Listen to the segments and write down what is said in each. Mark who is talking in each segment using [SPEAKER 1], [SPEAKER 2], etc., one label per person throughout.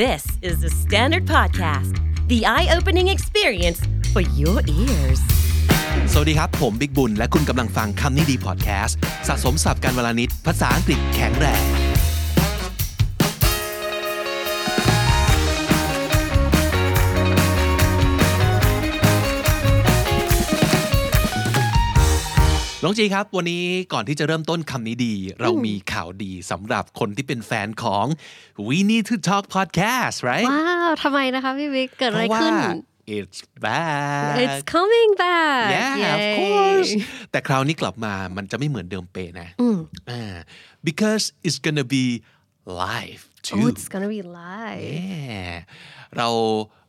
[SPEAKER 1] This is the Standard Podcast, the eye opening experience for your ears.
[SPEAKER 2] สวัสดีครับ ผมบิ๊กบุญ และคุณกำลังฟังคำนี้ดีพอดแคสต์สะสมสับการวลานิดภาษาอังกฤษแข็งแรง น้องจีครับ วันนี้ก่อนที่จะเริ่มต้นคำนี้ดี เรามีข่าวดีสำหรับคนที่เป็นแฟนของ We Need to Talk Podcast right
[SPEAKER 3] ว้าวทำไมนะคะพี่บิ๊กเกิด
[SPEAKER 2] เพ
[SPEAKER 3] อะไร
[SPEAKER 2] ราะว่า
[SPEAKER 3] ขึ้น
[SPEAKER 2] It's back
[SPEAKER 3] It's coming back
[SPEAKER 2] yeah of
[SPEAKER 3] Yay
[SPEAKER 2] course แต่คราวนี้กลับมามันจะไม่เหมือนเดิมเปะนะอ่า because it's gonna be live too
[SPEAKER 3] Oh, it's gonna be live
[SPEAKER 2] yeah เรา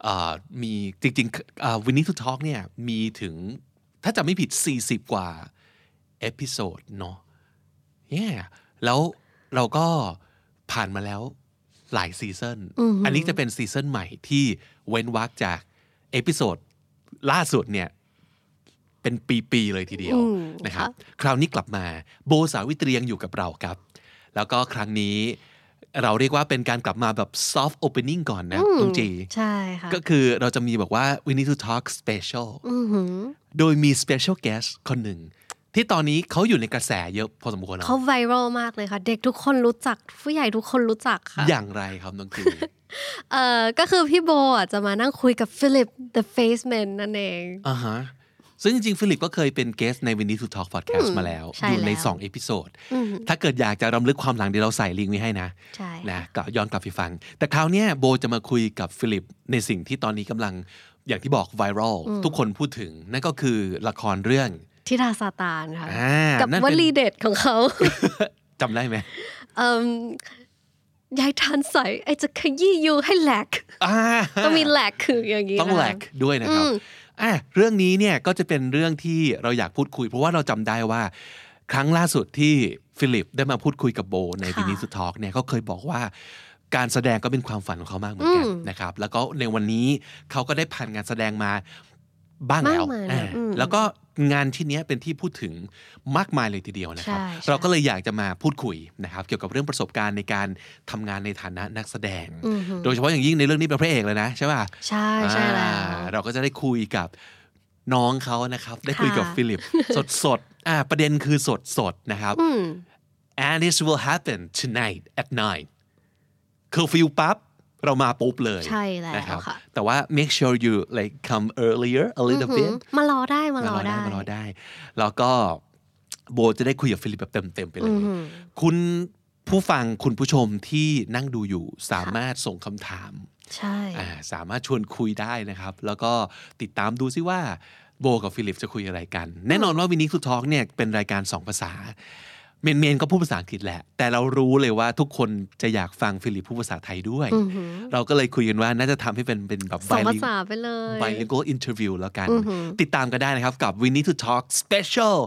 [SPEAKER 2] เอ่อมีจริงๆเอ่อ we need to talk เนี่ยมีถึงถ้าจะไม่ผิด 40 กว่าเอพิโซดเนาะ yeah แล้วเราก็ผ่านมาแล้วหลายซีซันอันนี้จะเป็นซีซันใหม่ที่เว้นวรรคจากเอพิโซดล่าสุดเนี่ย เป็นปีๆเลยทีเดียวนะครับ คราวนี้กลับมาโบสาวิตรียังอยู่กับเราครับ แล้วก็ครั้งนี้เราเรียกว่าเป็นการกลับมาแบบ soft opening ก่อนนะน้องจี
[SPEAKER 3] ใช่ค่ะ
[SPEAKER 2] ก็คือเราจะมีบอกว่า we need to talk special โดยมี special guest คนหนึ่ง ที่ตอนนี้เขาอยู่ในกระแสเยอะพอสมควรเนอะ
[SPEAKER 3] เขาไวรัลมากเลยค่ะ เด็กทุกคนรู้จัก ผู้ใหญ่ทุกคนรู้จักค่ะ
[SPEAKER 2] อย่างไรครับน้องจี
[SPEAKER 3] เอ่อ ก็คือพี่โบอ่ะจะมานั่งคุยกับฟิลิป the face man นั่นเอง
[SPEAKER 2] อ่าฮะซึ่งจริงๆ ฟิลิปก็เคยเป็นเกสใน w e Need to Talk Podcast มาแล้ว
[SPEAKER 3] ใช่
[SPEAKER 2] อยู่ใน
[SPEAKER 3] แล้ว
[SPEAKER 2] 2 เอพิโซด ถ้าเกิดอยากจะรำลึกความหลังเดี๋ยวเราใส่ลิงก์ไว้ให้นะ
[SPEAKER 3] ใช่ค่ะ
[SPEAKER 2] นะก็ย้อนกลับไปฟัง แต่คราวเนี้ยโบจะมาคุยกับฟิลิป ในสิ่งที่ตอนนี้กำลังอย่างที่บอกไวรัลทุกคนพูดถึง นั่นก็คือละครเรื่อง
[SPEAKER 3] ทิดาซาตานค่ะ
[SPEAKER 2] อ่ากั
[SPEAKER 3] กับ
[SPEAKER 2] นั่น
[SPEAKER 3] ว
[SPEAKER 2] เป็น
[SPEAKER 3] ลีเด็ดของเขา
[SPEAKER 2] จำได้ไหม
[SPEAKER 3] เอิ่มยายทานใสไอจะขยี้ยูให้แหลก
[SPEAKER 2] อ่า
[SPEAKER 3] ต้องมีแหลกคืออย่างนี้
[SPEAKER 2] ต้องแหล
[SPEAKER 3] นะคะ
[SPEAKER 2] กด้วยนะครับอ่ะเรื่องนี้เนี่ยก็จะเป็นเรื่องที่เราอยากพูดคุย เพราะว่าเราจำได้ว่า ครั้งล่าสุดที่ฟิลิปได้มาพูดคุยกับโบใน
[SPEAKER 3] ค่ะ
[SPEAKER 2] วินิสุทอกเนี่ยเขาเคยบอกว่า การแสดงก็เป็นความฝันของเขามากเหมือนกันนะครับ แล้วก็ในวันนี้เขาก็ได้ผ่านงานแสดงมาบ้างแล้ว
[SPEAKER 3] มากมายเลย
[SPEAKER 2] อ่า
[SPEAKER 3] อืม
[SPEAKER 2] แล้วก็งานที่เนี้ยเป็นที่พูดถึงมากมายเลยทีเดียวนะครับ
[SPEAKER 3] ใช่ใช่
[SPEAKER 2] เราก็เลยอยากจะมาพูดคุยนะครับ เกี่ยวกับเรื่องประสบการณ์ในการทำงานในฐานะนักแสดง โดยเฉพาะอย่างยิ่งในเรื่องนี้เป็นพระเอกเลยนะใช่ป่ะ
[SPEAKER 3] ใช่ใช่แล้ว
[SPEAKER 2] อ่าเราก็จะได้คุยกับน้องเขานะครับ ได้คุยกับ
[SPEAKER 3] ค่ะ
[SPEAKER 2] ฟิลิป สดๆอ่าประเด็นคือสดๆนะครับ
[SPEAKER 3] อืม
[SPEAKER 2] and this will happen tonight at nine คือฟิลปั๊บ เรามาปุ๊บเลย
[SPEAKER 3] ใช่แล้ว
[SPEAKER 2] นรับ
[SPEAKER 3] ค่ะ
[SPEAKER 2] แต่ว่า make sure you like come earlier a little bit
[SPEAKER 3] มารอได้มาม
[SPEAKER 2] าร
[SPEAKER 3] อได้
[SPEAKER 2] มารอได้ แล้วก็โบจะได้คุยกับฟิลิปแบบเต็มๆไปเลย คุณผู้ฟังคุณผู้ชมที่นั่งดูอยู่สามารถส่งคำถาม
[SPEAKER 3] ใช่
[SPEAKER 2] อ่าสามารถชวนคุยได้นะครับ แล้วก็ติดตามดูซิว่าโบกับฟิลิปจะคุยอะไรกัน แน่นอนว่าวินิคุทอกเนี่ยเป็นรายการสองภาษา เมนเมนๆก็พูดภาษาอังกฤษแหละ แต่เรารู้เลยว่าทุกคนจะอยากฟังฟิลิปพูดภาษาไทยด้วย เราก็เลยคุยกันว่าน่าจะทำให้เป็นเป็นแบบ
[SPEAKER 3] สองภา
[SPEAKER 2] bilingual
[SPEAKER 3] ษาไปเลย
[SPEAKER 2] bilingual interview แล้วกัน ติดตามกันได้นะครับกับ We Need to Talk Special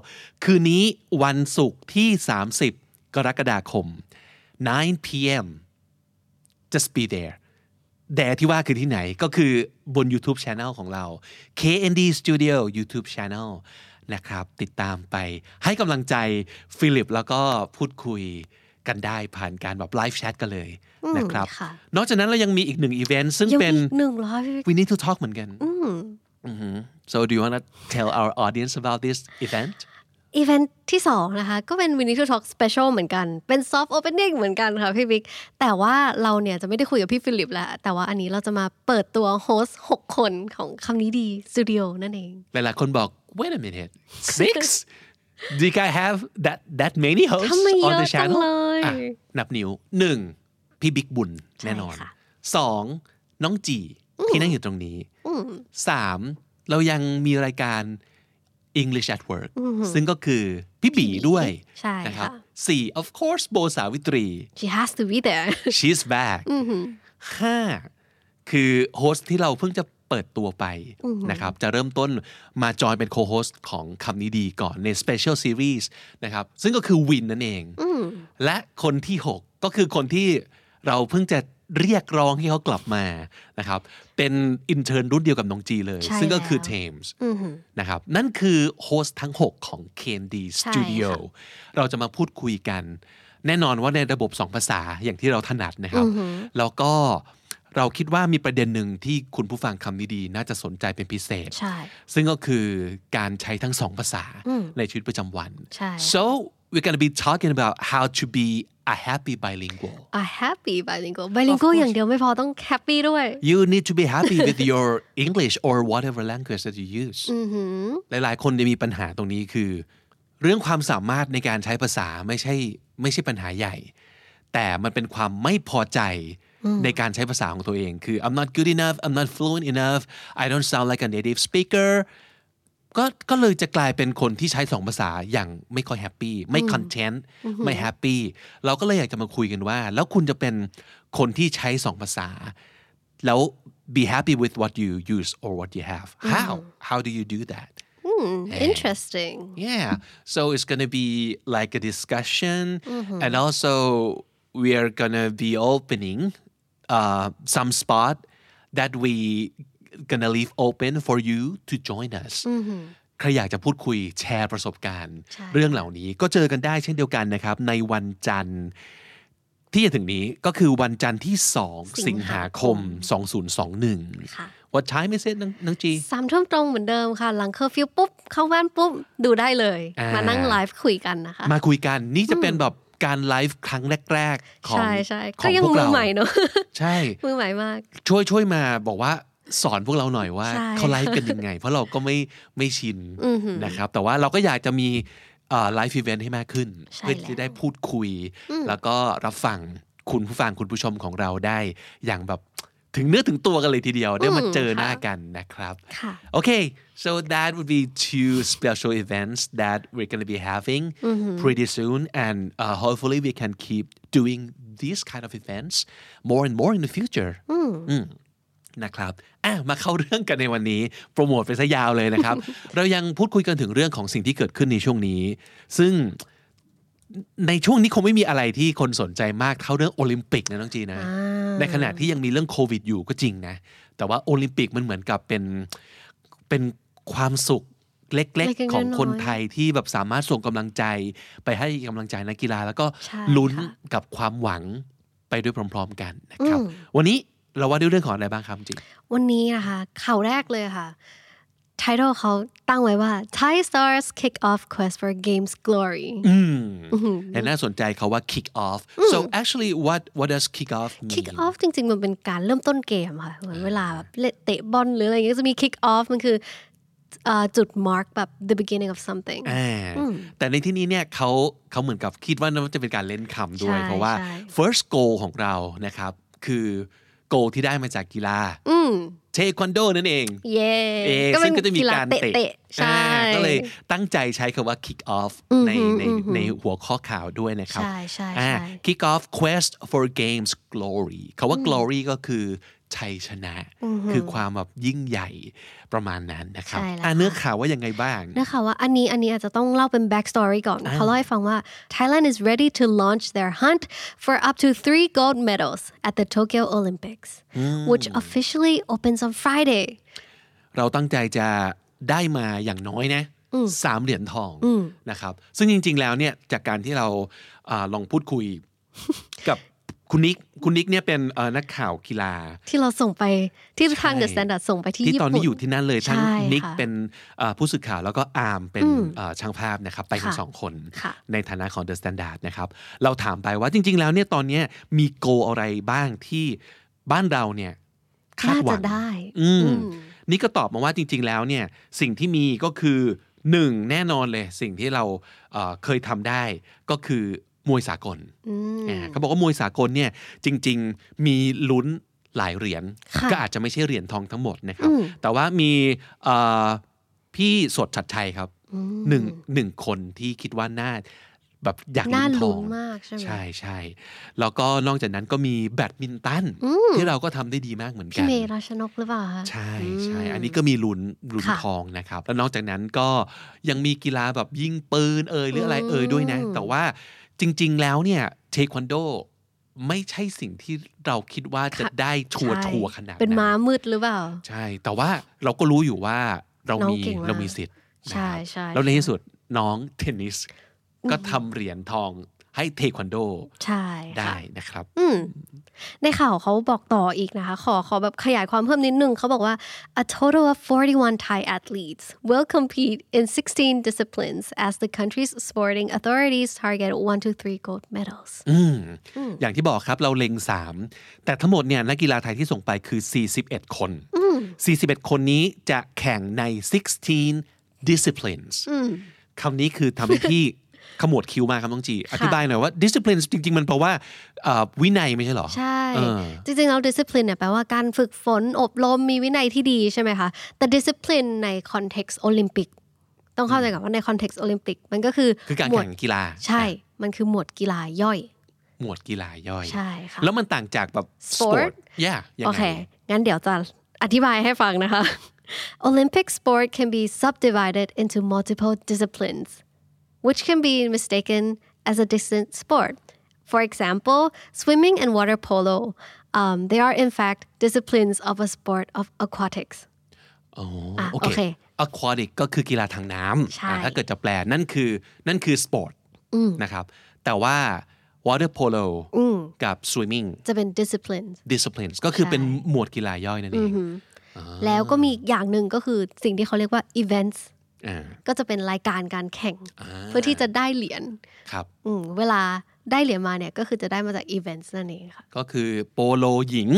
[SPEAKER 2] คืนนี้วันศุกร์ที่ 30 กรกฎาคม 9 p.m. just be there แต่ที่ว่าคือที่ไหนก็คือบน YouTube Channel ของเรา KND Studio YouTube Channel นะครับ ติดตามไปให้กำลังใจฟิลิป แล้วก็พูดคุยกันได้ผ่านการแบบไลฟ์แชทกันเลยนะครับ
[SPEAKER 3] ค่ะ
[SPEAKER 2] นอกจากนั้นเรายังมีอีกหนึ่งอีเวนต์ซึ่ง
[SPEAKER 3] ยัง
[SPEAKER 2] เป็น
[SPEAKER 3] มีหนึ่งร้อยพี่บิ๊ก
[SPEAKER 2] we need to talk เหมือนกัน Mhm. so do you want to tell our audience about this event
[SPEAKER 3] อีเวนท์ที่ 2 นะคะ ก็เป็น w i n i to Talk Special เหมือนกัน เป็น Soft Opening เหมือนกันค่ะพี่บิ๊ก แต่ว่าเราเนี่ยจะไม่ได้คุยกับพี่ฟิลิปแล้ว แต่ว่าอันนี้เราจะมาเปิดตัวโฮสต์ 6 คนของคำนี้ดีสตูดิโอนั่นเอง
[SPEAKER 2] หลายๆคนบอก wait a minute six do you guys have that that many
[SPEAKER 3] ทำ
[SPEAKER 2] hosts
[SPEAKER 3] ไม
[SPEAKER 2] on
[SPEAKER 3] เยอะ
[SPEAKER 2] the
[SPEAKER 3] จัง
[SPEAKER 2] channel
[SPEAKER 3] เลย
[SPEAKER 2] อ่ะนับนิ้วหนึ่งพี่บิ๊กบุญแน่นอน
[SPEAKER 3] ค่ะ
[SPEAKER 2] สองน้องจีที่นั่งอยู่ตรงนี้สามเรายังมีรายการ English at Work ซึ่งก็คือพี่บีด้วย
[SPEAKER 3] ใช่
[SPEAKER 2] นะครั
[SPEAKER 3] ค่ะ
[SPEAKER 2] สี่ of course โบสาวิตรี
[SPEAKER 3] She has to be there
[SPEAKER 2] she's back ห้าคือโฮสต์ที่เราเพิ่งจะเปิดตัวไปนะครับ จะเริ่มต้นมาจอยเป็นโคโฮสต์ของคำนี้ดีก่อนใน Special Series นะครับ ซึ่งก็คือวินนั่นเอง และคนที่ 6 ก็คือคนที่เราเพิ่งจะเรียกร้องให้เขากลับมานะครับ เป็นอินเทอร์รุ่นเดียวกับน้องจีเลย
[SPEAKER 3] ใช่
[SPEAKER 2] ซึ่งก็คือ
[SPEAKER 3] แล้ว
[SPEAKER 2] เทมส์นะครับ นั่นคือโฮสต์ทั้ง 6 ของ KND
[SPEAKER 3] ใช่
[SPEAKER 2] Studio
[SPEAKER 3] ค่ะ
[SPEAKER 2] เราจะมาพูดคุยกัน แน่นอนว่าในระบบสองภาษาอย่างที่เราถนัดนะครับ แล้วก็ เราคิดว่ามีประเด็นหนึ่งที่คุณผู้ฟังคำนี้ดี น่าจะสนใจเป็นพิเศษ
[SPEAKER 3] ใช่
[SPEAKER 2] ซึ่งก็คือการใช้ทั้งสองภาษา
[SPEAKER 3] อืม
[SPEAKER 2] ในชีวิตประจำวัน
[SPEAKER 3] ใช่
[SPEAKER 2] so we're gonna be talking about how to be a happy bilingual
[SPEAKER 3] a happy bilingual bilingual อย่างเดียวไม่พอต้อง happy ด้วย
[SPEAKER 2] you need to be happy with your English or whatever language that you use
[SPEAKER 3] อือหือ
[SPEAKER 2] หลายๆ คนจะมีปัญหาตรงนี้คือ เรื่องความสามารถในการใช้ภาษาไม่ใช่ไม่ใช่ปัญหาใหญ่ แต่มันเป็นความไม่พอใจในการใช้ภาษาของตัวเอง คือ I'm not good enough I'm not fluent enough I don't sound like a native speaker ก็ก็เลยจะกลายเป็นคนที่ใช้สองภาษาอย่างไม่ค่อยแฮปปี้ไม่คอนเทนต์ไม่แฮปปี้เราก็เลยอยากจะมาคุยกันว่า แล้วคุณจะเป็นคนที่ใช้สองภาษา แล้ว be happy with what you use or what you have how how do you do that
[SPEAKER 3] interesting
[SPEAKER 2] Yeah. So it's going to be like a discussion. And also, we are going to be opening uh, some spot that we going to leave open for you to join us. ใครอยากจะพูดคุยแชร์ประสบการณ์
[SPEAKER 3] ใช่
[SPEAKER 2] เรื่องเหล่านี้ก็เจอกันได้เช่นเดียวกันนะครับ ในวันจันทร์ ที่จะถึงนี้ก็คือวันจันทร์ที่ 2 สิงหาคม 2021
[SPEAKER 3] ค่ะ
[SPEAKER 2] What time is it นองน้องจี
[SPEAKER 3] สามทุ่มตรงเหมือนเดิมค่ะ หลังเคอร์ฟิวปุ๊บ เข้าบ้านปุ๊บ ดูได้เลย
[SPEAKER 2] อ่าม
[SPEAKER 3] มานั่งไลฟ์คุยกันนะคะ
[SPEAKER 2] มาคุยกันนี่จะเป็นแบบการไลฟ์ครั้งแรก ๆ ของ
[SPEAKER 3] ใช่ใช่
[SPEAKER 2] ข
[SPEAKER 3] ก็
[SPEAKER 2] อง
[SPEAKER 3] ยัง
[SPEAKER 2] พวก
[SPEAKER 3] มือ
[SPEAKER 2] เรา
[SPEAKER 3] ใหม่เนอะ
[SPEAKER 2] ใช่
[SPEAKER 3] มือใหม่มาก
[SPEAKER 2] ช่วยช่วยมาบอกว่าสอนพวกเราหน่อยว่า
[SPEAKER 3] ใช่
[SPEAKER 2] เขาไลฟ์กันยังไง เพราะเราก็ไม่ไม่ชินนะครับ แต่ว่าเราก็อยากจะมีไลฟ์อีเวนต์ให้มากขึ้น เพื่อที่ได้พูดคุย แล้วก็รับฟังคุณผู้ฟังคุณผู้ชมของเราได้ อย่างแบบถึงเนื้อถึงตัวกันเลยทีเดียวได้มาเจอหน้ากันนะครับ
[SPEAKER 3] ค่ะ
[SPEAKER 2] Okay, so that would be two special events that we're going to be having pretty soon, and uh, hopefully we can keep doing these kind of events more and more in the future. อืมนะครับอ่ะมาเข้าเรื่องกันในวันนี้โปรโมทไปซะยาวเลย นะครับ เรายังพูดคุยกันถึงเรื่องของสิ่งที่เกิดขึ้นในช่วงนี้ ซึ่งในช่วงนี้คงไม่มีอะไรที่คนสนใจมากเท่าเรื่องโอลิมปิกนะน้องจีนะ ในขณะที่ยังมีเรื่องโควิดอยู่ก็จริงนะ แต่ว่าโอลิมปิกมันเหมือนกับเป็น เป็นความสุขเล็ก
[SPEAKER 3] เล็ก
[SPEAKER 2] ๆ
[SPEAKER 3] ๆ
[SPEAKER 2] ของคน
[SPEAKER 3] น้อยๆ
[SPEAKER 2] ไทยที่แบบสามารถส่งกำลังใจ ไปให้กำลังใจนักกีฬา แล้วก็
[SPEAKER 3] ใช่
[SPEAKER 2] ลุ้น
[SPEAKER 3] ค่ะ
[SPEAKER 2] กับความหวังไปด้วยพร้อม ๆ กันนะครับ วันนี้เราว่าด้วยเรื่องของอะไรบ้างครับจริง
[SPEAKER 3] วันนี้นะคะข่าวแรกเลยค่ะ title เขาตั้งไว้ว่า Thai stars kick off quest for games glory
[SPEAKER 2] อืมและน่าสนใจเขาว่า kick off so actually what what does kick off mean
[SPEAKER 3] kick off จริง ๆ มันเป็นการเริ่มต้นเกมค่ะ เหมือนเวลาแบบเล่นเตะบอลหรืออะไรอย่างเงี้ยก็จะมี kick off มันคือเอ่อจุด mark แบบ the beginning of something
[SPEAKER 2] อ่าแต่ในที่นี้เนี่ยเขาเขาเหมือนกับคิดว่ามันจะเป็นการเล่นคำด้วย
[SPEAKER 3] ใช่
[SPEAKER 2] เพราะว่า
[SPEAKER 3] ใช่
[SPEAKER 2] first goal ของเรานะครับ คือ goal ที่ได้มาจากกีฬา
[SPEAKER 3] อืม
[SPEAKER 2] เทควันโดนั่นเอง
[SPEAKER 3] เย่
[SPEAKER 2] เองซึ่งก็จะมีการเตะ
[SPEAKER 3] ใช่
[SPEAKER 2] อ่าก็เลยตั้งใจใช้คำว่า kick off ในในในหัวข้อข่าวด้วยนะครับ
[SPEAKER 3] ใช่ใช่
[SPEAKER 2] อ่า
[SPEAKER 3] ใช่
[SPEAKER 2] kick off quest for games glory คาว่า glory ก็คือชัยชนะ คือความแบบยิ่งใหญ่ประมาณนั้นนะครับ
[SPEAKER 3] ใช่แล้ว
[SPEAKER 2] อ่า
[SPEAKER 3] ค่ะ
[SPEAKER 2] เนื้อข่าวว่ายังไงบ้าง
[SPEAKER 3] นะคะว่าอันนี้อันนี้อาจจะต้องเล่าเป็น back story ก่อนเขาเล่าให้ฟังว่า Thailand is ready to launch their hunt for up to three gold medals at the Tokyo Olympics which officially opens on Friday
[SPEAKER 2] เราตั้งใจจะได้มาอย่างน้อยนะสามเหรียญทองนะครับ ซึ่งจริง ๆ แล้วเนี่ยจากการที่เราอ่าลองพูดคุย กับคุณนิกคุณนิกเนี่ยเป็นเอ่อนักข่าวกีฬา
[SPEAKER 3] ที่เราส่งไปที่ทาง The
[SPEAKER 2] ใช่
[SPEAKER 3] Standard ส่งไปที่
[SPEAKER 2] ที่
[SPEAKER 3] ญี่
[SPEAKER 2] ตอ
[SPEAKER 3] ปุ่
[SPEAKER 2] น
[SPEAKER 3] น
[SPEAKER 2] นี้อยู่ที่นั่นเลยทั้ง
[SPEAKER 3] ใช่
[SPEAKER 2] นิก
[SPEAKER 3] ค่ะ
[SPEAKER 2] เป็นเอ่อผู้สื่อข่าวแล้วก็อาร์มเป็นเอ่อช่างภาพนะครับ ไปกัน
[SPEAKER 3] ค่ะ
[SPEAKER 2] สองคน
[SPEAKER 3] ค่ะ
[SPEAKER 2] ในฐานะของ The Standard นะครับ เราถามไปว่าจริง ๆ แล้วเนี่ยตอนเนี้ยมีโกอะไรบ้างที่บ้านเราเนี่ยคาด
[SPEAKER 3] น่า
[SPEAKER 2] หวั
[SPEAKER 3] จะ
[SPEAKER 2] ง
[SPEAKER 3] ได้
[SPEAKER 2] อืมนี่ก็ตอบมาว่าจริง ๆ แล้วเนี่ยสิ่งที่มีก็คือหนึ่งแน่นอนเลยสิ่งที่เราเอ่อเคยทำได้ก็คือมวยสากลอ่าเขาบอกว่ามวยสากลเนี่ยจริง ๆ มีลุ้นหลายเหรียญ
[SPEAKER 3] ค่ะ
[SPEAKER 2] ก็อาจจะไม่ใช่เหรียญทองทั้งหมดนะครับ แต่ว่ามีเอ่อพี่สดชัดชัยครับหนึ่งหนึ่งคนที่คิดว่าน่าแบบอยากลุ้
[SPEAKER 3] น่าน
[SPEAKER 2] ท
[SPEAKER 3] ลุ้
[SPEAKER 2] อน ง
[SPEAKER 3] มากใช่ไหม
[SPEAKER 2] ใช่ใช่แล้วก็นอกจากนั้นก็มีแบดมินตันที่เราก็ทำได้ดีมากเหมือนกั
[SPEAKER 3] พี่
[SPEAKER 2] น
[SPEAKER 3] เมย์ราชนกหรือเปล่าคะ
[SPEAKER 2] ใช่ใช่ อันนี้ก็มีลุ้นลุ้น
[SPEAKER 3] ค่ะ
[SPEAKER 2] ทองนะครับ แล้วนอกจากนั้นก็ยังมีกีฬาแบบยิงปืนเอ่ยหรืออะไรเอ่ยด้วยนะ
[SPEAKER 3] อืม
[SPEAKER 2] แต่ว่าจริง ๆ แล้วเนี่ยเทควันโดไม่ใช่สิ่งที่เราคิดว่าจะได้ชัวร์
[SPEAKER 3] ใช่
[SPEAKER 2] ชัวร์ขนาด
[SPEAKER 3] เป็นม้า
[SPEAKER 2] นั้น
[SPEAKER 3] มืดหรือเปล่า
[SPEAKER 2] ใช่ แต่ว่าเราก็รู้อยู่ว่าเรา
[SPEAKER 3] น้อง
[SPEAKER 2] มี
[SPEAKER 3] เก่งมาก
[SPEAKER 2] เรามีสิทธิ์นะ
[SPEAKER 3] ใช่
[SPEAKER 2] ครับ
[SPEAKER 3] ใช่
[SPEAKER 2] แล้วในที่สุดน้องเทนนิสก็ทำเหรียญทอง ให้เทควันโด
[SPEAKER 3] ใช่
[SPEAKER 2] ได้
[SPEAKER 3] ค่ะ
[SPEAKER 2] นะครับ
[SPEAKER 3] อืมในข่าวเขาบอกต่ออีกนะคะ ขอขอแบบขยายความเพิ่มนิดนึงเขาบอกว่า a total of 41 Thai athletes will compete in 16 disciplines as the country's sporting authorities target 1 to 3 gold medals
[SPEAKER 2] อืมอย่างที่บอกครับเราเล็ง 3 แต่ทั้งหมดเนี่ยนักกีฬาไทยที่ส่งไปคือ 41 คน 41 คนนี้จะแข่งใน 16 disciplines คำนี้คือทำให้พี่ ขมวดคิ้วมากครับน้องจี อธิบายหน่อยว่า disciplines จริง ๆ มันแปลว่าเอ่อวินัยไม่ใช่เหรอ
[SPEAKER 3] ใช่
[SPEAKER 2] เออ
[SPEAKER 3] จริงๆแล้ว discipline เนี่ยแปลว่าการฝึกฝนอบรมมีวินัยที่ดีใช่ไหมคะ แต่ discipline ใน context โอลิมปิก ต้องเข้าใจก่อนว่าใน context โอลิมปิก มันก็คือ
[SPEAKER 2] คือการ
[SPEAKER 3] หมวด
[SPEAKER 2] แข่งกีฬา
[SPEAKER 3] ใช่ มันคือหมวดกีฬาย่อย
[SPEAKER 2] หมวดกีฬาย่อย
[SPEAKER 3] ใช่ค่ะ
[SPEAKER 2] แล้วมันต่างจากแบบ
[SPEAKER 3] Sport
[SPEAKER 2] sport yeah ยัง
[SPEAKER 3] โอ
[SPEAKER 2] ไง
[SPEAKER 3] เค งั้นเดี๋ยวจะอธิบายให้ฟังนะคะ Olympic sport can be subdivided into multiple disciplines, which can be mistaken as a distant sport. For example, swimming and water polo. Um, they are, in fact, disciplines of a sport of aquatics.
[SPEAKER 2] อ๋อ
[SPEAKER 3] อ่ะ
[SPEAKER 2] โอ
[SPEAKER 3] โอ
[SPEAKER 2] เค
[SPEAKER 3] เค
[SPEAKER 2] aquatic ก็คือกีฬาทางน้ำ
[SPEAKER 3] ใช่
[SPEAKER 2] อ่ะถ้าเกิดจะแปลนั่นคือนั่นคือสปอร์ตนะครับ แต่ว่า water polo กับ swimming
[SPEAKER 3] จะเป็น disciplines
[SPEAKER 2] disciplines ก็คือเป็นหมวดกีฬาย่อยนั่นเอง
[SPEAKER 3] แล้วก็มีอีกอย่างหนึ่งก็คือสิ่งที่เขาเรียกว่า events
[SPEAKER 2] อ่า
[SPEAKER 3] ก็จะเป็นรายการการแข่ง เพื่อที่จะได้เหรียญ
[SPEAKER 2] ครับ
[SPEAKER 3] อืมเวลาได้เหรียญมาเนี่ย ก็คือจะได้มาจาก events นั่นเองค่ะ
[SPEAKER 2] ก็คือโปโลหญิง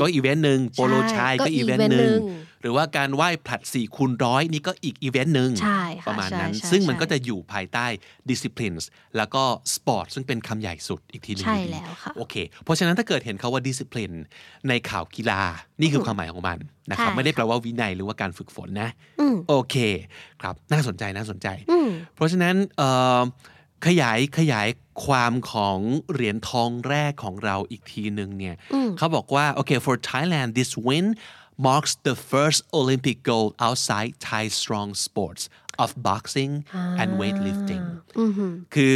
[SPEAKER 2] ก็อีเวนต์หนึ่งโปโลชาย
[SPEAKER 3] ใช่
[SPEAKER 2] ก็
[SPEAKER 3] ก็
[SPEAKER 2] อีเวนต์หนึ่ง
[SPEAKER 3] อีเวนต์หนึ่ง
[SPEAKER 2] หรือว่าการว่ายผลัด4คูณร้อยนี่ก็อีกอีเวนต์หนึ่ง
[SPEAKER 3] ใช่ค่ะ
[SPEAKER 2] ประมาณนั้น
[SPEAKER 3] ใช่ใช่
[SPEAKER 2] ซึ่งมัน
[SPEAKER 3] ใช่
[SPEAKER 2] ก็จะอยู่ภายใต้ disciplines แล้วก็สปอร์ตซึ่งเป็นคำใหญ่สุดอีกทีหนึง
[SPEAKER 3] ใช่
[SPEAKER 2] ดีๆ
[SPEAKER 3] แล้วค่ะ
[SPEAKER 2] โอเค เพราะฉะนั้นถ้าเกิดเห็นเขาว่า discipline ในข่าวกีฬานี่คือความหมายของมันนะครับ
[SPEAKER 3] ใช่
[SPEAKER 2] ไม่ได้แปลว่าวินัยหรือว่าการฝึกฝนนะโอเคครับน่าสนใจน่าสนใจ เพราะฉะนั้นเอ่อขยายขยายความของเหรียญทองแรกของเราอีกทีหนึ่งเนี่ยเขาบอกว่า okay for Thailand this win marks the first Olympic gold outside Thai strong sports of boxing and weightlifting คือ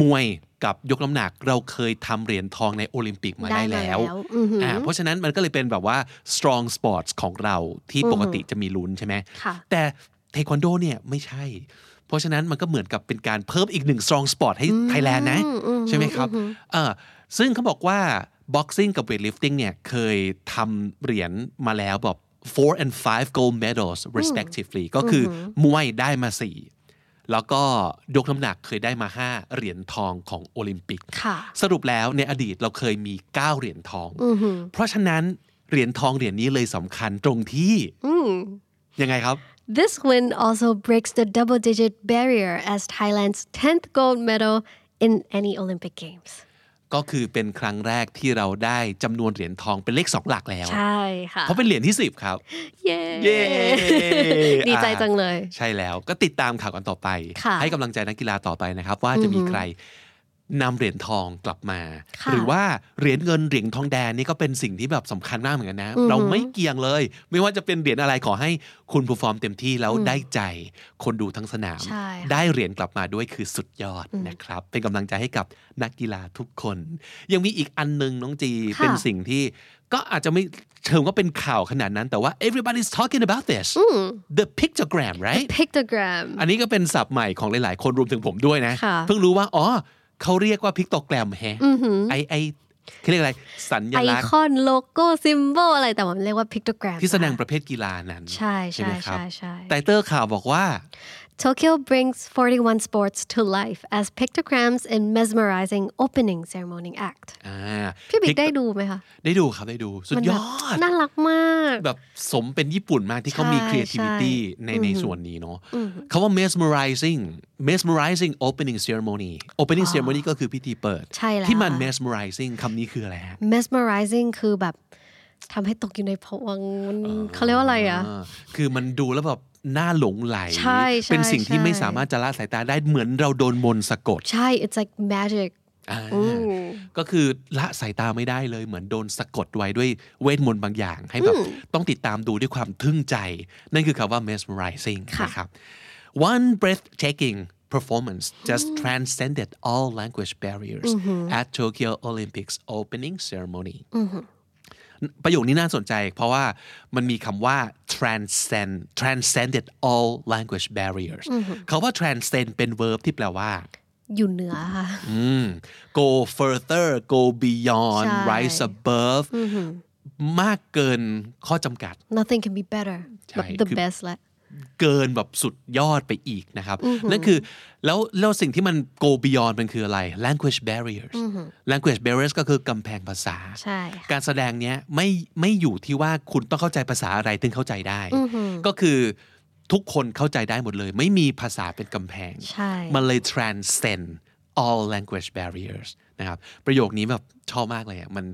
[SPEAKER 2] มวยกับยกน้ำหนักเราเคยทำเหรียญทองในโอลิมปิกมาได้
[SPEAKER 3] ได้มา
[SPEAKER 2] แล้ว
[SPEAKER 3] แล้วอือหืออ่
[SPEAKER 2] าเพราะฉะนั้นมันก็เลยเป็นแบบว่า strong sports ของเราที่ปกติจะมีลุ้นใช่ไหม
[SPEAKER 3] ค่ะ
[SPEAKER 2] แต่เทควันโดเนี่ยไม่ใช่ เพราะฉะนั้นมันก็เหมือนกับเป็นการเพิ่มอีกหนึ่ง strong sport ให้ไทยแลนด์นะ ใช่ไหมครับเออซึ่งเขาบอกว่า boxing กับ weightlifting เนี่ยเคยทำเหรียญมาแล้วแบบ four and five gold medals respectively ก็คือมวยได้มาสี่ แล้วก็ยกน้ำหนักเคยได้มา 5 เหรียญทองของโอลิมปิก
[SPEAKER 3] ค่ะ
[SPEAKER 2] สรุปแล้วในอดีตเราเคยมี 9 เหรียญทอง เพราะฉะนั้นเหรียญทองเหรียญนี้เลยสำคัญตรงที่ยังไงครับ
[SPEAKER 3] This win also breaks the double digit barrier as Thailand's 10th gold medal in any Olympic Games.
[SPEAKER 2] ก็คือเป็นครั้งแรกที่เราได้จำนวนเหรียญทองเป็นเลขสองหลักแล้ว
[SPEAKER 3] ใช่ค่ะ
[SPEAKER 2] เพราะเป็นเหรียญที่ 10 ครับ
[SPEAKER 3] เย้
[SPEAKER 2] เย้
[SPEAKER 3] ดีใจ
[SPEAKER 2] อ่า
[SPEAKER 3] จังเลย
[SPEAKER 2] ใช่แล้วก็ติดตามข่าวกันต่อไป
[SPEAKER 3] ค่ะ
[SPEAKER 2] ให้กำลังใจนักกีฬาต่อไปนะครับ ว่าจะมีใครนำเหรียญทองกลับมา
[SPEAKER 3] ค่ะ
[SPEAKER 2] หรือว่าเหรียญเงินเหรียญทองแดงนี่ก็เป็นสิ่งที่แบบสำคัญมากเหมือนกันนะ เราไม่เกี่ยงเลย ไม่ว่าจะเป็นเหรียญอะไรขอให้คุณผู้ฟอร์มเต็มที่แล้วได้ใจคนดูทั้งสนาม
[SPEAKER 3] ใช่ค่ะ
[SPEAKER 2] ได้เหรียญกลับมาด้วยคือสุดยอดนะครับ เป็นกำลังใจให้กับนักกีฬาทุกคน ยังมีอีกอันหนึงน้องจี
[SPEAKER 3] ค่ะ
[SPEAKER 2] เป็นสิ่งที่ก็อาจจะไม่เชิงว่าเป็นข่าวขนาดนั้นแต่ว่า everybody's talking about this the pictogram right
[SPEAKER 3] Pictogram
[SPEAKER 2] อันนี้ก็เป็นศัพท์ใหม่ของหลายๆ คนรวมถึงผมด้วยนะ
[SPEAKER 3] ค่ะ
[SPEAKER 2] เพิ่งรู้ว่า อ๋อ เขาเรียกว่าพิกโตแกรมแฮะไอไอเขาเรียกอะไร สัญ
[SPEAKER 3] ไอ
[SPEAKER 2] ลักษ
[SPEAKER 3] ค
[SPEAKER 2] ณ์
[SPEAKER 3] อนโลโก้ ซิมโบลอะไรแต่ว่ามันเรียกว่า Pictogram
[SPEAKER 2] ที่แสดงประเภทกีฬานั้น
[SPEAKER 3] ใช่
[SPEAKER 2] ไห
[SPEAKER 3] ใช่
[SPEAKER 2] มครับ
[SPEAKER 3] ใช่ใช่
[SPEAKER 2] ไตเตอร์ข่าวบอกว่า
[SPEAKER 3] Tokyo brings 41 sports to life as pictograms in mesmerizing opening ceremony act
[SPEAKER 2] อ่า
[SPEAKER 3] พี่บิ๊ก
[SPEAKER 2] พิโต
[SPEAKER 3] ได้ดูไหมคะ
[SPEAKER 2] ได้ดูครับ ได้ดู สุดย
[SPEAKER 3] มัแบบ
[SPEAKER 2] อด
[SPEAKER 3] น่ารักมาก
[SPEAKER 2] แบบสมเป็นญี่ปุ่นมากที่เขามี
[SPEAKER 3] ใช่
[SPEAKER 2] creativity ในในส่วนนี้เนาะเขาว่า mesmerizing mesmerizing opening ceremony opening ceremony ก็คือพิธีเปิด
[SPEAKER 3] ใช่แล้ว
[SPEAKER 2] ที่มัน mesmerizing คำนี้คืออะไรฮะ
[SPEAKER 3] mesmerizing คือแบบทำให้ตกอยู่ในภวังค์มันเขาเรียกว่าอะไรอ่ะ
[SPEAKER 2] อ่าคือมันดูแล้วแบบน่าหลงไหล
[SPEAKER 3] ใช่ใช่
[SPEAKER 2] เป็นสิ่งที่
[SPEAKER 3] ใช่
[SPEAKER 2] ไม่สามารถจะละสายตาได้เหมือนเราโดนมนต์สะกด
[SPEAKER 3] ใช่ it's like magic
[SPEAKER 2] อ่า
[SPEAKER 3] อืม
[SPEAKER 2] ก็คือละสายตาไม่ได้เลย เหมือนโดนสะกดไว้ด้วยเวทมนต์บางอย่าง ให้แบบต้องติดตามดูด้วยความทึ่งใจ นั่นคือคำว่า mesmerizing
[SPEAKER 3] ค่ะ
[SPEAKER 2] นะครับ one breathtaking performance just transcended all language barriers at Tokyo Olympics opening ceremony ประโยคนี้น่าสนใจเพราะว่ามันมีคำว่า transcend transcended all language barriers คาว่า transcend เป็น verb ที่แปลว่า
[SPEAKER 3] อยู่เหนือค่ะ
[SPEAKER 2] อืม go further go beyond
[SPEAKER 3] ใช่
[SPEAKER 2] rise above มากเกินข้อจำกัด
[SPEAKER 3] nothing can be better
[SPEAKER 2] ใช่
[SPEAKER 3] แบบ the
[SPEAKER 2] คือ
[SPEAKER 3] best แหละ
[SPEAKER 2] เกินแบบสุดยอดไปอีกนะครับ นั่นคือแล้วแล้วสิ่งที่มัน go beyond มันคืออะไร language barriers language barriers ก็คือกำแพงภาษา
[SPEAKER 3] ใช่ค่ะ
[SPEAKER 2] การแสดงเนี้ยไม่ไม่อยู่ที่ว่าคุณต้องเข้าใจภาษาอะไรถึงเข้าใจได้ ก็คือทุกคนเข้าใจได้หมดเลย ไม่มีภาษาเป็นกำแพง
[SPEAKER 3] ใช่
[SPEAKER 2] มันเลย transcend all language barriers นะครับ ประโยคนี้แบบชอบมากเลยอ่ะ มัน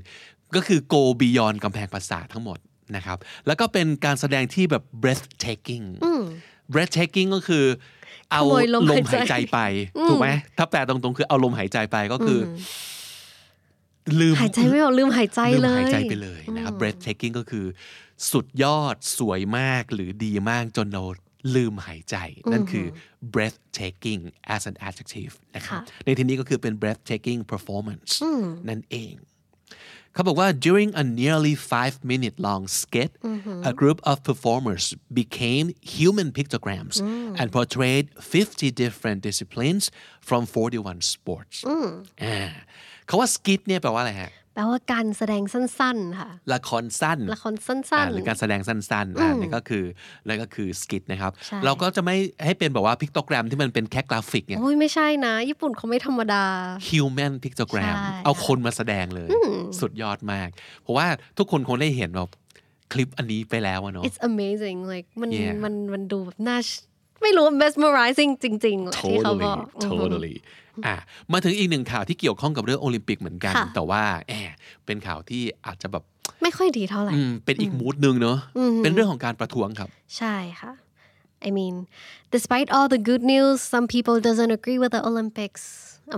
[SPEAKER 2] ก็คือ go beyond กำแพงภาษาทั้งหมดนะครับ แล้วก็เป็นการแสดงที่แบบ breathtaking breathtaking ก็คือ เอา
[SPEAKER 3] ขโมยลม
[SPEAKER 2] ล
[SPEAKER 3] หาย
[SPEAKER 2] มหาย
[SPEAKER 3] ใจ
[SPEAKER 2] ใจไป ถูกไหม ถ้าแปลตรงๆ คือเอาลมหายใจไปก็คืออลืม
[SPEAKER 3] หายใจไม่ออกลืมหายใจ
[SPEAKER 2] ลืม
[SPEAKER 3] เล
[SPEAKER 2] หาย ยใจไปเลยนะครับ breathtaking ก็คือสุดยอดสวยมากหรือดีมากจนเราลืมหายใจ นั่นคือ breathtaking as an adjective นะครับ ในที่นี้ก็คือเป็น breathtaking performance นั่นเอง เขาบอกว่า during a nearly five minute long skit a group of performers became human pictograms and portrayed 50 different disciplines from 41 sports อ่าเขาว่า skit เนี่ยแปลว่าอะไรฮะ
[SPEAKER 3] แปลว่าการแสดงสั้นๆค่ะ
[SPEAKER 2] ละครสั้น
[SPEAKER 3] ละครสั้นๆ
[SPEAKER 2] อ่าหรือการแสดงสั้นๆอ่านี่ก็คือนั่นก็คือสกิทนะครับ
[SPEAKER 3] ใช่
[SPEAKER 2] เราก็จะไม่ให้เป็นแบบว่าพิกโตกรมที่มันเป็นแค่กราฟิกเนี่ย
[SPEAKER 3] โอ้ยไม่ใช่นะ ญี่ปุ่นเขาไม่ธรรมดา
[SPEAKER 2] human pictogram
[SPEAKER 3] ใช่
[SPEAKER 2] เอาคนมาแสดงเลย สุดยอดมาก เพราะว่าทุกคนคงได้เห็นแบบคลิปอันนี้ไปแล้วอะเนาะ
[SPEAKER 3] it's amazing like มัน
[SPEAKER 2] Yeah
[SPEAKER 3] มันมันดูแบบน่าไม่รู้ mesmerizing จริงๆแหละที่เขาบ
[SPEAKER 2] totally
[SPEAKER 3] อก
[SPEAKER 2] totally อ่ะมาถึงอีกหนึ่งข่าวที่เกี่ยวข้องกับเรื่องโอลิมปิกเหมือนกัน
[SPEAKER 3] ค่ะ
[SPEAKER 2] แต่ว่าแอบเป็นข่าวที่อาจจะแบบ
[SPEAKER 3] ไม่ค่อยดีเท่าไหร่
[SPEAKER 2] อืมเป็นอีกมูดนึงเนาะเป็นเรื่องของการประท้วงครับ
[SPEAKER 3] ใช่ค่ะ I mean despite all the good news some people doesn't agree with the Olympics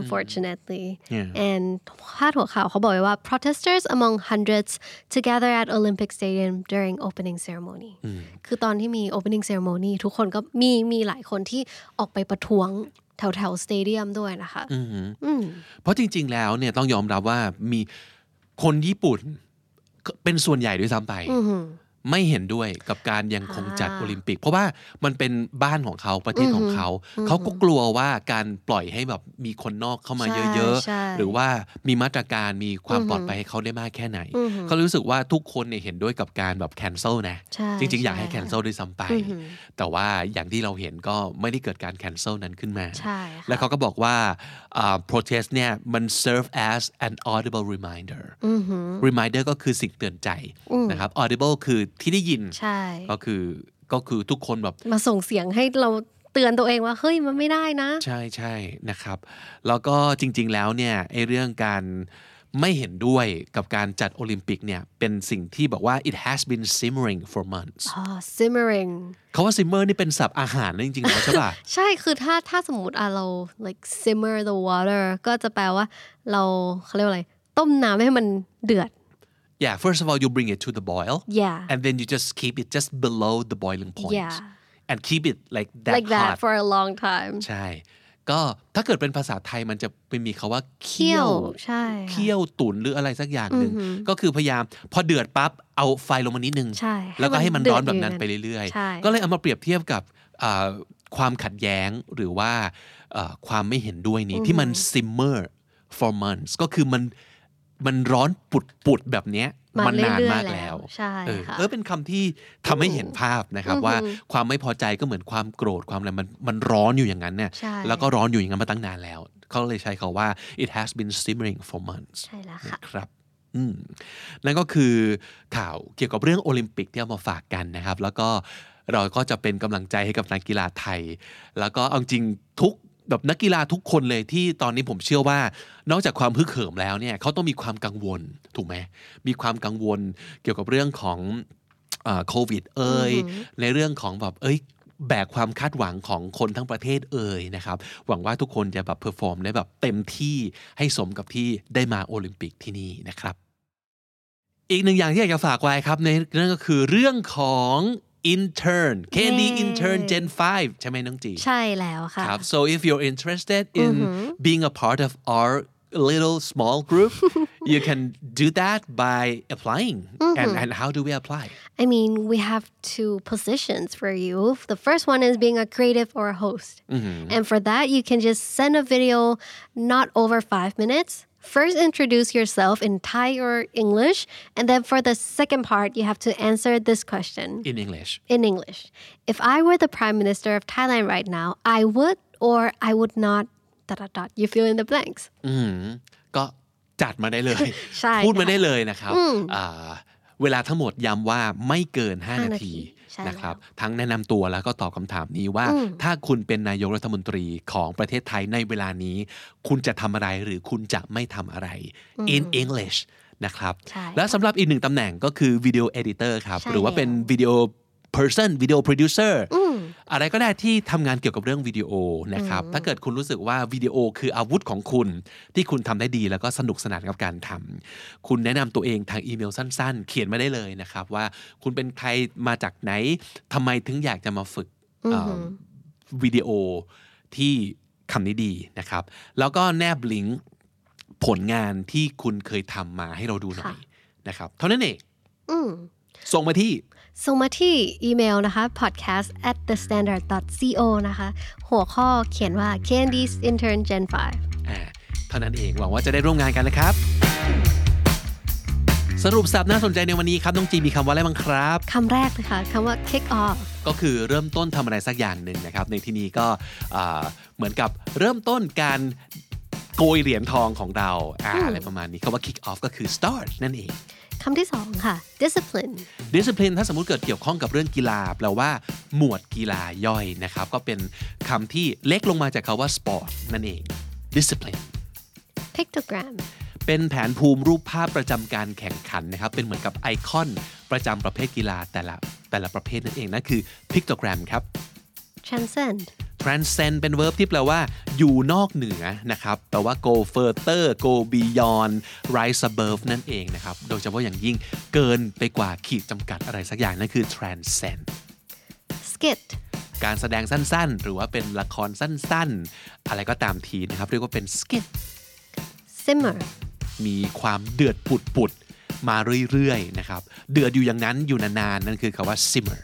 [SPEAKER 3] unfortunately
[SPEAKER 2] Yeah.
[SPEAKER 3] and พาดหัวข่าวเขาบอกไว้ว่า protesters among hundreds to gather at Olympic Stadium during opening ceremony คือตอนที่มี opening ceremony ทุกคนก็มีมีหลายคนที่ออกไปประท้วงแถวแถวสเตเดียมด้วยนะคะ
[SPEAKER 2] เพราะจริง ๆ แล้วเนี่ยต้องยอมรับว่ามีคนญี่ปุ่นเป็นส่วนใหญ่ด้วยซ้ำไป ไม่เห็นด้วยกับการยังคงจัดโอลิมปิก เพราะว่ามันเป็นบ้านของเขาประเทศของเขา เขาก็กลัวว่าการปล่อยให้แบบมีคนนอกเข้ามาเยอะ
[SPEAKER 3] ใช่
[SPEAKER 2] ๆ หรือว่ามีมาตรการมีความปลอดภัยให้เขาได้มากแค่ไหน เขารู้สึกว่าทุกคนเนี่ยเห็นด้วยกับการแบบแคนเซิลนะ
[SPEAKER 3] ใช่
[SPEAKER 2] จริง ๆ อยากให้
[SPEAKER 3] ใช่
[SPEAKER 2] แคนเซิลด้วยซ้ำไป แต่ว่าอย่างที่เราเห็นก็ไม่ได้เกิดการแคนเซิลนั้นขึ้นมา
[SPEAKER 3] ใช่ค่ะ
[SPEAKER 2] แล้วเขาก็บอกว่าอ่า protest เนี่ยมัน serve as an audible reminder reminder ก็คือสิ่งเตือนใจนะครับ audible คือที่ได้ยิน
[SPEAKER 3] ใช่
[SPEAKER 2] ก็คือก็คือทุกคนแบบ
[SPEAKER 3] มาส่งเสียงให้เราเตือนตัวเองว่า เฮ้ย มันไม่ได้นะ
[SPEAKER 2] ใช่ใช่นะครับ แล้วก็จริง ๆ แล้วเนี่ยไอเรื่องการไม่เห็นด้วยกับการจัดโอลิมปิกเนี่ย เป็นสิ่งที่บอกว่า it has been simmering for months
[SPEAKER 3] อ๋อ simmering
[SPEAKER 2] เขาว่า simmer นี่เป็นศัพท์อาหารนะจริงๆแล้วใช่ป่ะ
[SPEAKER 3] ใช่คือถ้าถ้าสมมติอ่ะเรา like simmer the water ก็จะแปลว่าเราเขาเรียกว่าอะไร ต้มน้ำให้มันเดือด
[SPEAKER 2] yeah first of all you bring it to the boil
[SPEAKER 3] yeah
[SPEAKER 2] and then you just keep it just below the boiling point
[SPEAKER 3] Yeah.
[SPEAKER 2] and keep it like that
[SPEAKER 3] like that
[SPEAKER 2] hot
[SPEAKER 3] for a long time
[SPEAKER 2] ใช่ ก็ถ้าเกิดเป็นภาษาไทยมันจะไปมีคาว่าเคี่
[SPEAKER 3] เคี่
[SPEAKER 2] ย
[SPEAKER 3] ยว วใช่ค่ะ
[SPEAKER 2] เคี่ยวตุ๋นหรืออะไรสักอย่างหนึ่ง ก็คือพยายามพอเดือดปั๊บเอาไฟลงมานิดนึง
[SPEAKER 3] ใช่
[SPEAKER 2] แล้วก็
[SPEAKER 3] ให้
[SPEAKER 2] ให้
[SPEAKER 3] มั
[SPEAKER 2] มัน นร้อนแบบนั้น
[SPEAKER 3] เดือดอยู่
[SPEAKER 2] ไปเรื่อย
[SPEAKER 3] ใช่
[SPEAKER 2] ก็เลยเอามาเปรียบเทียบกับอ่าความขัดแย้งหรือว่าเอ่อความไม่เห็นด้วยนี้ที่มัน simmer for months ก็คือมันมันร้อนปุดๆแบบเนี้ยมันนาน
[SPEAKER 3] เรื่อยๆ
[SPEAKER 2] มากแล้ว
[SPEAKER 3] ใช่
[SPEAKER 2] เออ
[SPEAKER 3] ค่ะ
[SPEAKER 2] เออเป็นคำที่ทำให้เห็นภาพนะครับ ว่าความไม่พอใจก็เหมือนความโกรธความอะไรมันมันร้อนอยู่อย่างนั้นเนี่ย
[SPEAKER 3] ใช่
[SPEAKER 2] แล้วก็ร้อนอยู่อย่างนั้นมาตั้งนานแล้ว เขาเลยใช้คาว่า it has been simmering for months
[SPEAKER 3] ใช่แล้วค่ะ
[SPEAKER 2] ครับอืมนั่นก็คือข่าวเกี่ยวกับเรื่องโอลิมปิกที่เอามาฝากกันนะครับ แล้วก็เราก็จะเป็นกำลังใจให้กับนักกีฬาไทย แล้วก็เอาจริงทุกแบบนักกีฬาทุกคนเลยที่ตอนนี้ผมเชื่อว่า นอกจากความพึกเหิมแล้วเนี่ยเขาต้องมีความกังวลถูกไหมมีความกังวลเกี่ยวกับเรื่องของอ่าโควิดเอ่ยในเรื่องของแบบเอ้ย แบกความคาดหวังของคนทั้งประเทศเอ่ยนะครับ หวังว่าทุกคนจะแบบเพอร์ฟอร์มได้แบบเต็มที่ให้สมกับที่ได้มาโอลิมปิกที่นี่นะครับ อีกหนึ่งอย่างที่อยากจะฝากไว้ครับในนั่นก็คือเรื่องของ intern KD
[SPEAKER 3] เย้
[SPEAKER 2] intern Gen 5 ใช่ไหมน้องจี
[SPEAKER 3] ใช่แล้วค่ะ
[SPEAKER 2] ครับ so if you're interested in being a part of our little small group you can do that by applying. And, and how do we apply?
[SPEAKER 3] I mean, we have two positions for you. The first one is being a creative or a host. And for that, you can just send a video not over five minutes. First, introduce yourself in Thai or English. And then for the second part, you have to answer this question
[SPEAKER 2] In English.
[SPEAKER 3] in English. If I were the Prime Minister of Thailand right now, I would or I would not. Dot, dot, dot. You fill in the blanks.
[SPEAKER 2] ก็จัดมาได้เลย
[SPEAKER 3] ใช่
[SPEAKER 2] พูดมาได้เลยนะครับอ่าเวลาทั้งหมดย้ำว่าไม่เกิน 5
[SPEAKER 3] ห้า
[SPEAKER 2] นา
[SPEAKER 3] นาที
[SPEAKER 2] ที
[SPEAKER 3] ใช่
[SPEAKER 2] นะครับ ทั้งแนะนำตัวแล้วก็ตอบคำถามนี้ว่า ถ้าคุณเป็นนายกรัฐมนตรีของประเทศไทยในเวลานี้ คุณจะทำอะไรหรือคุณจะไม่ทำอะไร in English นะครับ
[SPEAKER 3] ใช่
[SPEAKER 2] และสำหรับอีกหนึ่งตำแหน่งก็คือวิดีโอเอดิเตอร์ครับ
[SPEAKER 3] ใช่
[SPEAKER 2] หรือว่าเป็นวิดีโอ person วิดีโอ producer อะไรก็ได้ที่ทำงานเกี่ยวกับเรื่องวิดีโอนะครับ ถ้าเกิดคุณรู้สึกว่าวิดีโอคืออาวุธของคุณ ที่คุณทำได้ดีแล้วก็สนุกสนานกับการทำคุณแนะนำตัวเองทางอีเมลสั้น ๆ เขียนมาได้เลยนะครับ ว่าคุณเป็นใครมาจากไหนทำไมถึงอยากจะมาฝึกเอ่ออวิดีโอที่คำนี้ดีนะครับ แล้วก็แนบลิงก์ ผลงานที่คุณเคยทำมาให้เราดูหน่อย
[SPEAKER 3] ค่ะ
[SPEAKER 2] นะครับเท่านั้นเอง
[SPEAKER 3] อืม
[SPEAKER 2] ส่งมาที่
[SPEAKER 3] ส่งมาที่อีเมลนะคะ podcast at the standard co นะคะ หัวข้อเขียนว่า Candy's Intern Gen
[SPEAKER 2] อ่าเท่านั้นเองหวังว่าจะได้ร่วมงานกันนะครับ สรุปสับน่าสนใจในวันนี้ครับ น้องจีมีคำว่าอะไรบ้างครับ
[SPEAKER 3] 5 คำแรกนะคะคำว่า kick off
[SPEAKER 2] ก็คือเริ่มต้นทำอะไรสักอย่างหนึ่งนะครับ ในที่นี้ก็อ่าเหมือนกับเริ่มต้นการโกยเหรียญทองของเราอ่าอะไรประมาณนี้คำว่า kick off ก็คือ start นั่นเอง
[SPEAKER 3] คำที่ 2 ค่ะ discipline
[SPEAKER 2] discipline ถ้าสมมติเกิดเกี่ยวข้องกับเรื่องกีฬาแปลว่า หมวดกีฬาย่อยนะครับ ก็เป็นคำที่เล็กลงมาจากคาว่า sport นั่นเอง discipline
[SPEAKER 3] pictogram
[SPEAKER 2] เป็นแผนภูมิรูปภาพประจำการแข่งขันนะครับ เป็นเหมือนกับไอคอนประจำประเภทกีฬาแต่ละแต่ละประเภทนั่นเองนั่นคือ pictogram ครับ
[SPEAKER 3] transcend
[SPEAKER 2] transcend เป็น verb ที่แปลว่า อยู่นอกเหนือนะครับ แปลว่า go further go beyond rise above นั่นเองนะครับ โดยเฉพาะอย่างยิ่งเกินไปกว่าขีดจำกัดอะไรสักอย่างนั่นคือ transcend
[SPEAKER 3] skit
[SPEAKER 2] การแสดงสั้นๆ หรือว่าเป็นละครสั้นๆ อะไรก็ตามทีนะครับ เรียกว่าเป็นสกิท
[SPEAKER 3] simmer
[SPEAKER 2] มีความเดือดปุดๆ มาเรื่อยๆ นะครับ เดือดอยู่อย่างนั้นอยู่นานๆ นั่นคือคำว่า simmer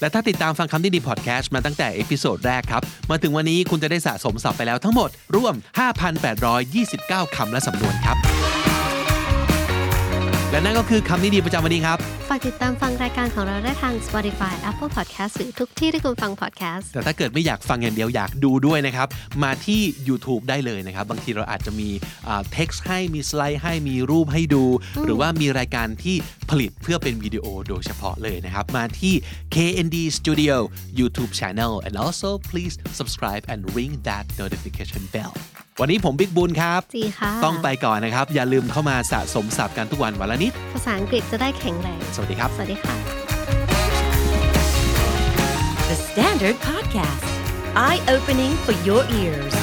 [SPEAKER 2] และถ้าติดตามฟังคำที่ดีพอดแคสต์มาตั้งแต่เอพิโซดแรกครับ มาถึงวันนี้คุณจะได้สะสมศัพท์ไปแล้วทั้งหมด รวม 5,829 คำและสำนวนครับ และนั่นก็คือคำนี้ดีประจำวันนี้ครับ
[SPEAKER 3] ฝากติดตามฟังรายการของเราได้ทาง Spotify Apple Podcast หรือทุกที่ที่คุณฟัง podcast
[SPEAKER 2] แต่ถ้าเกิดไม่อยากฟังอย่างเดียวอยากดูด้วยนะครับ มาที่ YouTube ได้เลยนะครับ บางทีเราอาจจะมีเท็กซ์ให้มีสไลด์ให้มีรูปให้ดู หรือว่ามีรายการที่ผลิตเพื่อเป็นวิดีโอโดยเฉพาะเลยนะครับ มาที่ KND Studio YouTube Channel and also please subscribe and ring that notification bell วันนี้ผมบิ๊กบุญครับ
[SPEAKER 3] จีค่ะ
[SPEAKER 2] ต้องไปก่อนนะครับ อย่าลืมเข้ามาสะสมศัพท์กันทุกวันวันละนิด
[SPEAKER 3] ภาษาอังกฤษจะได้แข็งแรง
[SPEAKER 2] สวัสดีครับ
[SPEAKER 3] สวัสดีค่ะ
[SPEAKER 1] The Standard Podcast, eye opening for your ears.